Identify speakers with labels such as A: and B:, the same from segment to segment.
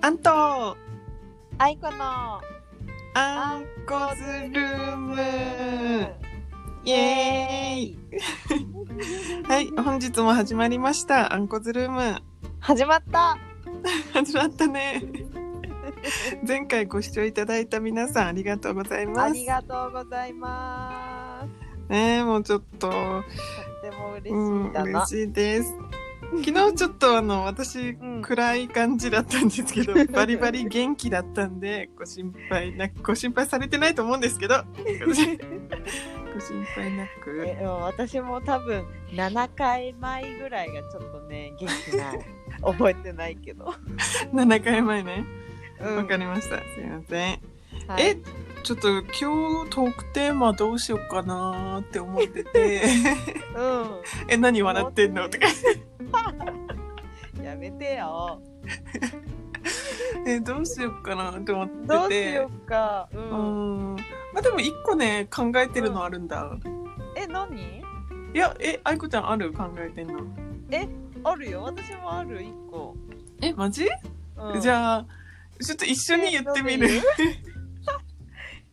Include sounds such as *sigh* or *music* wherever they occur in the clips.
A: アント
B: あいこの
A: アンコズルームイエーイはい、本日も始まりました。アンコズルーム。
B: 始まった
A: 始まったね。前回ご視聴いただいた皆さんありがとうござい
B: あ
A: ます。
B: りがとうございま
A: ねえもうちょっと、
B: すとっても嬉
A: う
B: し
A: ん、
B: いだ
A: 嬉
B: な、
A: しいです。昨日ちょっとあの私、
B: うん
A: 暗い感じだったんです
B: *laughs*
A: けど、バリバリ元気だったんで、ご心配なく、ご心配されてないと思うんですけど、
B: *laughs*
A: ご心ご心配なく。
B: えでも私も多分7回前ぐらいがちょっとね元気 *laughs* ない覚えてないけど、
A: 7回前ね。
B: う
A: わ、
B: ん
A: かりました。すいません。
B: はい
A: え、ちょっと今日トークテーマどうしようかなーって思ってて、 *laughs*
B: う
A: え、何笑ってんのとか、
B: ん *laughs* やめてよ
A: え、どうしようかなーって思ってて。
B: どうしようか、う
A: うんん。まあでも一個ね、考えてるのあるんだ。
B: え何
A: いや、え、愛子ちゃんある考えてんの。
B: あるよ私もある1個、
A: え、マジ、
B: うん、
A: じゃあ、ちょっと一緒に言ってみる
B: え。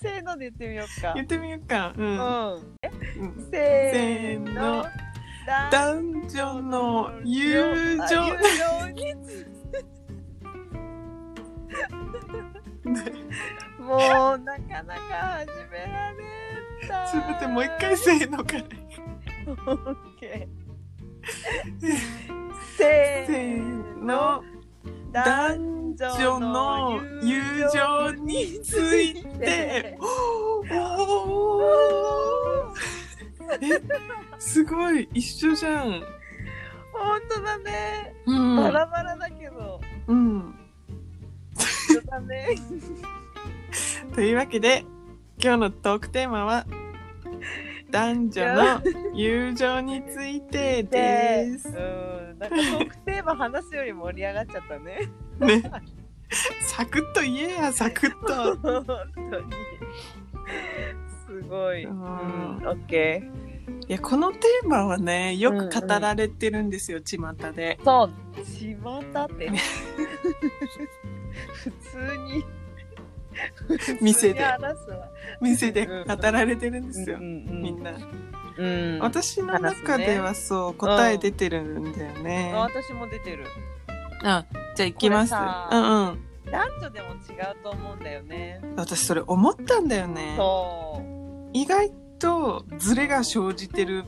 B: せーので言ってみようか
A: 言ってみようか。うん。
B: うん
A: うん
B: せー
A: せー
B: の
A: の
B: だ
A: 男女の友情。
B: あ友情にもうなかなか始められた
A: すべてもう一回せーのから。
B: オッケーせ
A: せーの男女の友情について *laughs* おーえすごい一緒じゃん
B: 本当だね
A: うん
B: バラバラだけど
A: うん
B: 本当だね
A: というわけで今日のトークテーマは男女
B: *laughs*
A: の友情について
B: で
A: です
B: うんなんかトークテーマ話すより盛り上がっちゃったね
A: ねサクッと言えやサクッと
B: 本当にすごい、
A: う
B: うんん、オッケー
A: いやこのテーマはねよく語られてるんですよ巷で
B: そう巷ってね *laughs* 普通に
A: *laughs* 店で
B: 普通に話すわ
A: 店で語られてるんですよ
B: うんうん
A: みんな
B: うん
A: 私の中ではそう、
B: 話すね
A: 答え出てるんだよね
B: あ。私も出てる
A: あじゃあ行きます。
B: これさ
A: うんうん。
B: 男女でも違うと思うんだよね
A: 私それ思ったんだよね。
B: そう
A: 意外とズレが生じてる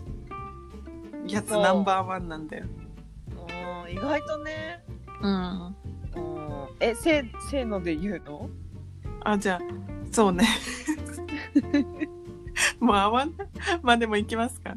A: やつ
B: そう
A: ナンバーワンなんだよ。
B: うん意外とね
A: うん。
B: うんえせせーので言うの
A: あじゃあそうね。 *laughs* もう合わん。まあでも行きますか。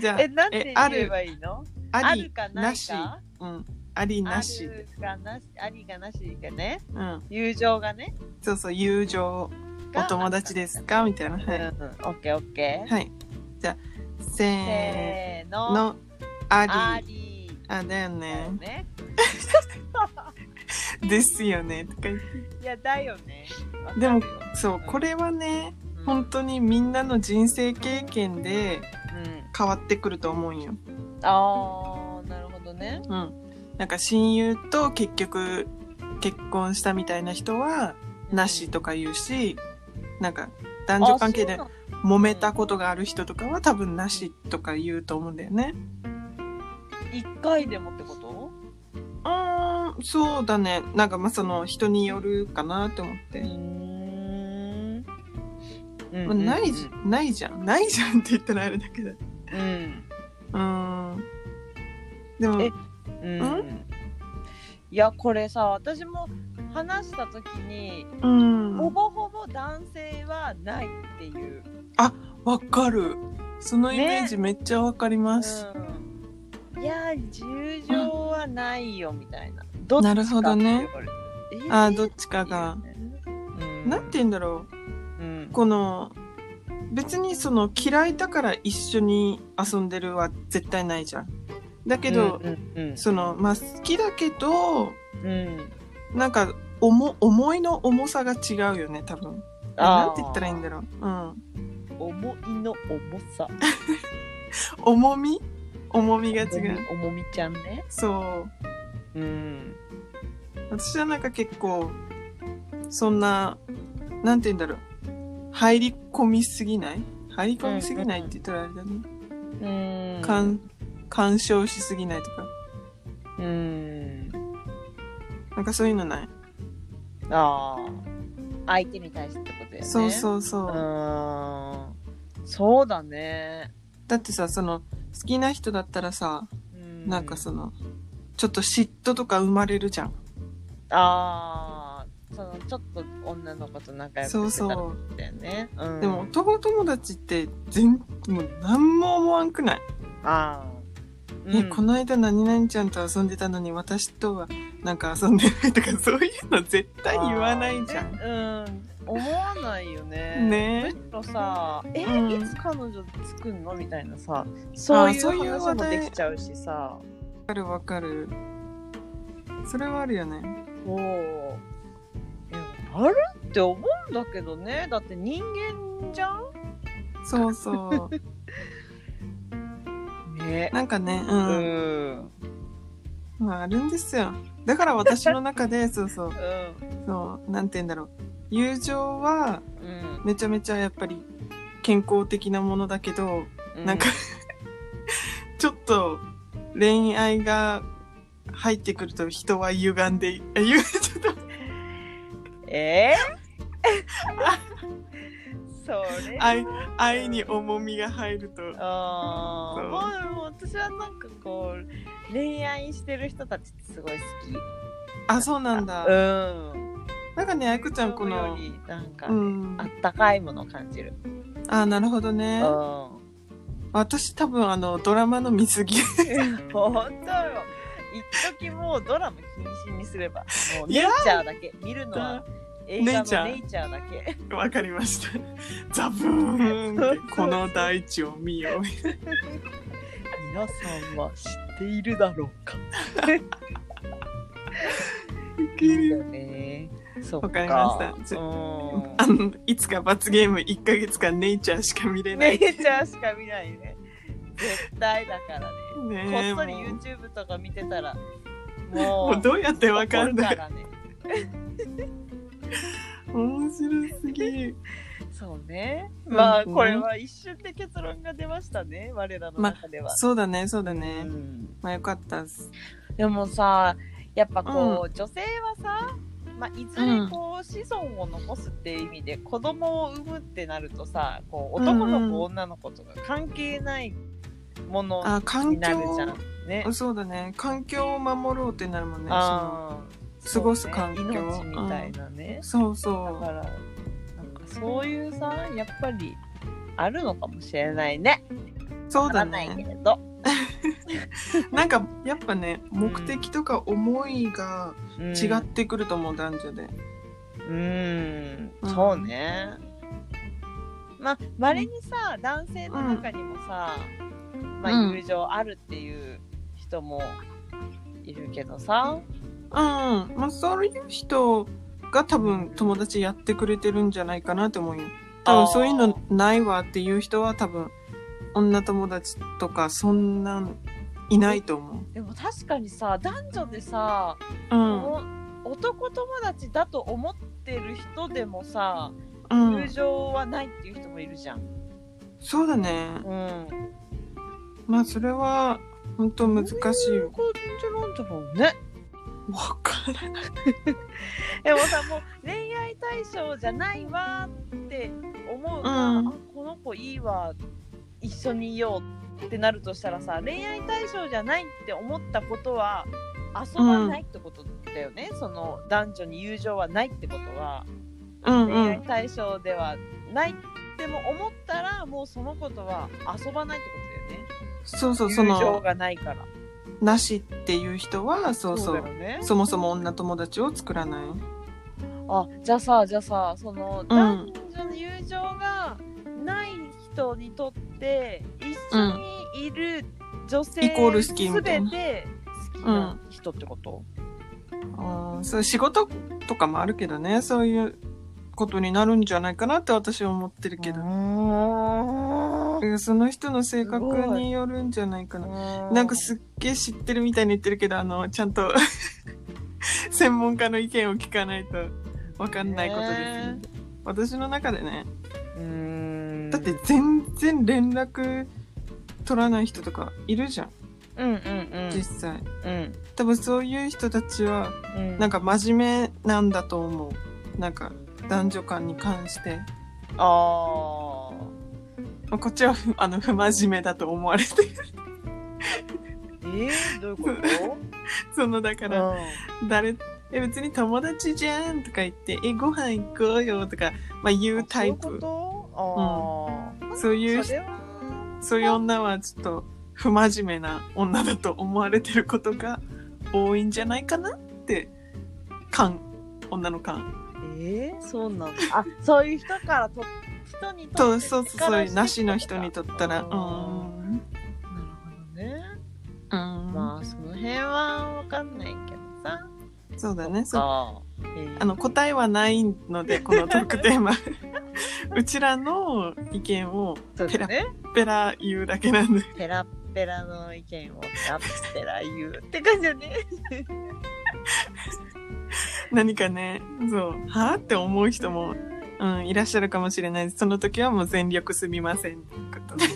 A: じゃ
B: えなんて
A: えある
B: 言えばいいの
A: あ
B: あ
A: あ
B: る
A: り
B: かな
A: ないし。
B: か
A: うん。ありな
B: あ
A: し。
B: るがなしありがなしがね
A: うん。
B: 友情がね
A: そうそう友情お
B: が
A: 友達ですかみたいな。
B: うん
A: は
B: うん
A: い。
B: オッケーオッケー
A: はい。じゃあせーの。
B: せーの
A: のあり
B: あり
A: あだよ
B: だよ
A: ね
B: ね
A: ですよねとか言って
B: いやだよねわかるよ
A: でもそうこ
B: れ
A: れはね本当にみんなの人生経験で
B: うん
A: 変わってくると思うんよ、
B: ああなるほどね
A: うん、なんか親友と結局結婚したみたいな人はなしとか言うしなんか男女関係で
B: あそう
A: 揉めたことがある人とかは多分なしとか言うと思うんだよね
B: なの一回でもってこと
A: うーんそうだねなんかまあその人によるかなと思っ
B: う
A: て
B: ーんうん
A: まあないじないじゃんないじゃんって言ったらあれだけど
B: うん
A: うーんでも
B: えうんうんいやこれさ私も話した時に
A: うん
B: ほぼほぼ男性はないっていう、
A: わかるそのイメージめっちゃわかります、
B: うん、いやー友情はないよみたいな、どっちか
A: なるほどね
B: って言われて
A: あ
B: え
A: ー
B: ー
A: どっちかが、
B: うん
A: なんて言うんだろ
B: うん
A: うこの別にその嫌いだから一緒に遊んでるは絶対ないじゃんだけど、
B: うんうん
A: そのまあ好きだけど
B: うん
A: なんか重思いの重さが違うよね多分
B: あー
A: なんて言ったらいいんだろう、うん、
B: 思いの重さ
A: 重み重みが違う
B: 重み重みちゃんね
A: そう
B: うん
A: 私はなんか結構、そんな、なんて言うんだろう。入り込みすぎない入り込みすぎないって言ったらあれだね。
B: うん
A: かん、干渉しすぎないとか。
B: うん
A: なんかそういうのない。
B: ああ相手に対してってことやね
A: そう
B: う
A: そうそうう。
B: ーんそうだね
A: だってさ、その、好きな人だったらさ、なんかその、ちょっと嫉妬とか生まれるじゃん。
B: ああそのちょっと女の子と仲良く
A: そう
B: してたら
A: そ
B: だよねう
A: う。
B: ん
A: でも男友達って全、もう何も思わんくない。
B: ああ
A: ね、この間何々ちゃんと遊んでたのに私とはなんか遊んでないとか *laughs* そういうの絶対言わないじゃん。
B: んうん思わないよね
A: ね
B: むしろさえ、
A: うん
B: いつ彼女作んのみたいなさそういう
A: そういう話
B: 話も
A: 題
B: できちゃうしさ
A: わかるわかる。それはあるよね。
B: そうえあるって思うんだけどねだって人間じゃん
A: そう
B: *laughs*
A: そう。
B: ね
A: なんかね、う。
B: うんん、うん、
A: まああるんですよ。だから私の中で、そうそう、
B: う
A: そう、なんて言うんだろう。友情は
B: ん
A: めちゃめちゃやっぱり健康的なものだけど、なんかちょっと恋愛が入ってくると人は歪んで
B: *laughs*
A: い、え、ゆちょっと
B: え *laughs* ー、それ
A: 愛愛に重みが入ると
B: あ
A: そう
B: あもう私はなんかこう恋愛してる人たちってすごい好き
A: あそうなんだ、
B: うん
A: なんかねあいこちゃんこの
B: そういうよりなんか、
A: うん
B: あったかいものを感じる
A: あなるほど
B: う
A: ね
B: ん本
A: 私多分あのドラマの見過ぎ
B: 当よ一時もうドラマ禁止にすればもう
A: い
B: ネイ
A: や
B: チャーだけ見るのは映
A: ネ
B: 画
A: イチャ
B: の
A: ー
B: ネイチャーだ
A: *laughs*
B: け
A: わかりましたザブーンってこの大地を見よう
B: 皆さんは知っているだろうか *laughs* いいよねそっか
A: わかりました
B: うん
A: あのいつか罰ゲーム1ヶ月間ネイチャーしか見れな
B: ネ
A: い
B: イチャーしか見ないね。絶対だからね。
A: ねえ
B: こっそり
A: もう
B: YouTube とか見てたら、もう、
A: もうどうやってわかんな
B: 怒
A: い
B: るからね。
A: 面白すぎ
B: そうね。
A: うん
B: まあ、これは一瞬で結論が出ましたね、我らの中では。
A: そうだねそうだね、
B: うん
A: まあよかったっす
B: でもさ、やっぱこう、女性はさ、まあ、いずれこう子孫を残すっていう意味で子供を産むってなるとさこう男の
A: うんうん
B: 子女の子とか関係ないもの
A: あ環
B: に
A: 境
B: なるじゃんね。
A: そうだね環境を守ろうってなるもんね
B: あー
A: 過ごす環境
B: そうね命みたいなね、
A: そのそう
B: だ
A: そ
B: からなんかそういうさやっぱりあるのかもしれないね
A: うそうだ
B: わからないけ
A: ね
B: れど、
A: なんかやっぱね目的とか思いが違ってくると思う、男女で
B: うん、
A: うん
B: そうねまあまれにさ男性の中にもさ、ま
A: う
B: あ
A: ん
B: 友情あるっていう人もいるけど
A: う
B: さ、
A: んまあそういう人が多分友達やってくれてるんじゃないかなって思うよ多
B: あー
A: 分そういうのないわっていう人は多分女友達とかそんなんいないと思
B: でも確かにさ男女でさ
A: ううん
B: お男友達だと思ってる人でもさ
A: う
B: 友
A: ん
B: 情はないっていう人もいるじゃん。
A: そうだね
B: うん。
A: まあそれは本当難しいよ
B: 感じなんだろうね。
A: わからない
B: でもさもう恋愛対象じゃないわって思うが、
A: うん
B: あこの子いいわ一緒にいようってなるとしたらさ恋愛対象じゃないって思ったことは遊ばないってことだよね、その男女に友情はないってことは。
A: うん
B: 恋
A: う
B: 愛
A: ん
B: 対象ではないっても思ったらもうその子とは遊ばないって
A: そうそ
B: こ
A: う
B: と
A: そ
B: だよね友情
A: の
B: がないから
A: なしっていう人はそうそう
B: だよね
A: そもそも女友達を作らない。
B: あじゃあさじゃあさその
A: うん
B: 男女の友情がない人にとって一緒にいる女性
A: イコール好きみたい
B: 全
A: な
B: て好きな人ってこと、
A: うん、そう仕事とかもあるけどね、そういうことになるんじゃないかなって私は思ってるけど
B: う、ーん
A: うんその人の性格
B: すごい
A: によるんじゃないかな。なんかすっげえ知ってるみたいに言ってるけど、あの、ちゃんと、 *laughs* 専門家の意見を聞かないとわかんないことです、ね
B: ね
A: 私の中でね
B: うーん
A: だって全然連絡取らない人とかいるじゃん
B: うんうんうん
A: 実際
B: うん
A: 多分そういう人たちは
B: うん
A: なんか真面目なんだと思うなんか男女間に関して
B: ああ
A: まあこっちはふ *laughs* あの不真面目だと思われてる *laughs*
B: えー、どういうこと
A: その *laughs* だか
B: うん
A: ら誰え別に友達じゃんとか言ってえご飯行こうよとか、まあ、言うタイ
B: そうい
A: プ
B: うことああ、
A: そういう
B: それは
A: そういう女はちょっと不真面目な女だと思われてることが多いんじゃないかなって感女の感
B: えー、そうなんだあそういう人からと人にと
A: と
B: って
A: そうそうそういうなしの人にとったらう
B: う
A: ー
B: んなんるほどね
A: うーん
B: まあその辺は分かんないけどさ
A: そうだねそう
B: ああ、えー
A: あの答えはないのでこのトークテーマうちらの意見を
B: そうだね
A: ペラ言うだけなんで
B: ペラッペラの意見をペラッペラ言うって感じだね
A: 何かねそうはあって思う人も、うん、いらっしゃるかもしれないですその時はもう全力すみませんっていうことで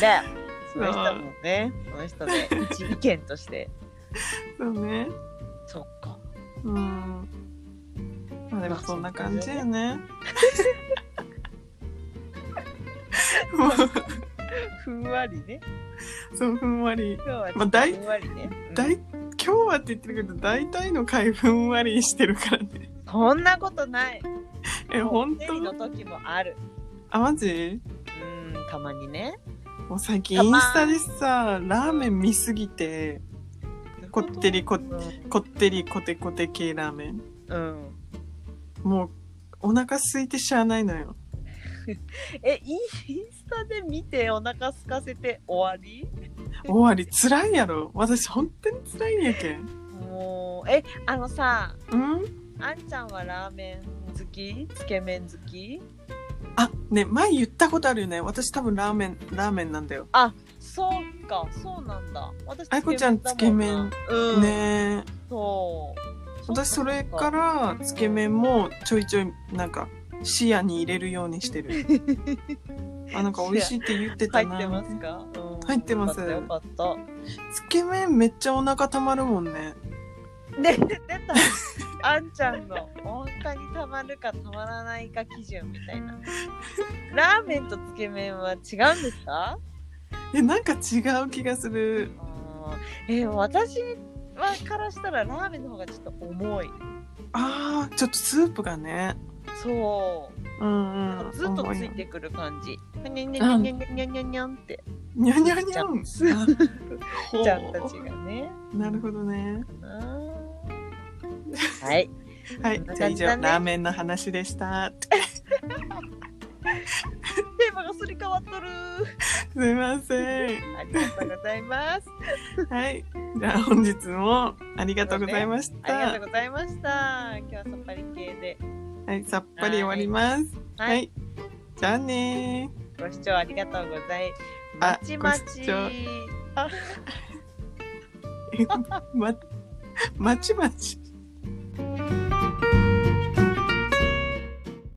B: ねその人もねその
A: *laughs*
B: 人で一意見として
A: そうね
B: そっか
A: うんまあでもそんな感じやねもう
B: ふんわりね
A: そうふんわり
B: 今日はちょっと
A: まあ大
B: ふんわりね、うん
A: だい今日はって言ってるけど大体の回ふんわりしてるからね
B: そんなことない
A: え本当
B: 生理の時もある
A: あマジ
B: うんたまにね
A: もう最近
B: た
A: イン
B: ま
A: スタでさラーメン見すぎてこってりこっこってりコテコテ系ラーメン
B: うん
A: もうお腹空いてしゃあないのよ
B: えインインスタで見てお腹空かせて終わり
A: 終わり辛いやろ私本当に辛いんやけん
B: もうえあのさ
A: うん
B: あんちゃんはラーメン好きつけ麺好き
A: あね前言ったことあるよね私多分ラーメンラーメンなんだよ
B: そうかそうなんだ私
A: あいこちゃん
B: だもなうん、
A: ねえ
B: そう
A: 私それか
B: うから
A: つけ麺もちょいちょいなんか視野に入れるようにしてるあなんか美味しいって言ってた
B: 入
A: な
B: ってますか、うん
A: 入ってます
B: よかったよかっ
A: つけ麺めっちゃお腹たまるもんね
B: たで出たあんちゃんのお腹にたまるかたまらないか基準みたいなラーメンとつけ麺は違うんですか
A: えなんか違う気がする
B: あーえー私はからしたらラーメンの方がちょっと重い
A: あーちょっとスープがね
B: そう
A: うんうん
B: ずっと
A: 重
B: つ
A: の
B: いてくる感じにゃにゃにゃにゃにゃにゃにゃんって
A: にゃにゃにゃん。
B: スー
A: ほう
B: ちゃんたちがね
A: なるほどね。
B: あーはい
A: はい、
B: こん
A: じゃ
B: な
A: あ
B: 感
A: 以
B: じ
A: 上、
B: だね
A: ラーメンの話でした。
B: テーマがすり替わっとる
A: すいません。
B: ありがとうございます
A: はい、じゃあ本日もありがとうございまし
B: あり
A: た。
B: がとうございました今日はさっぱり系で
A: はい、さっぱり終わります。はい、
B: はい
A: じゃあね
B: ご視聴ありがとうございま
A: あ
B: ちまち
A: ご視聴ー。ま、まちまち。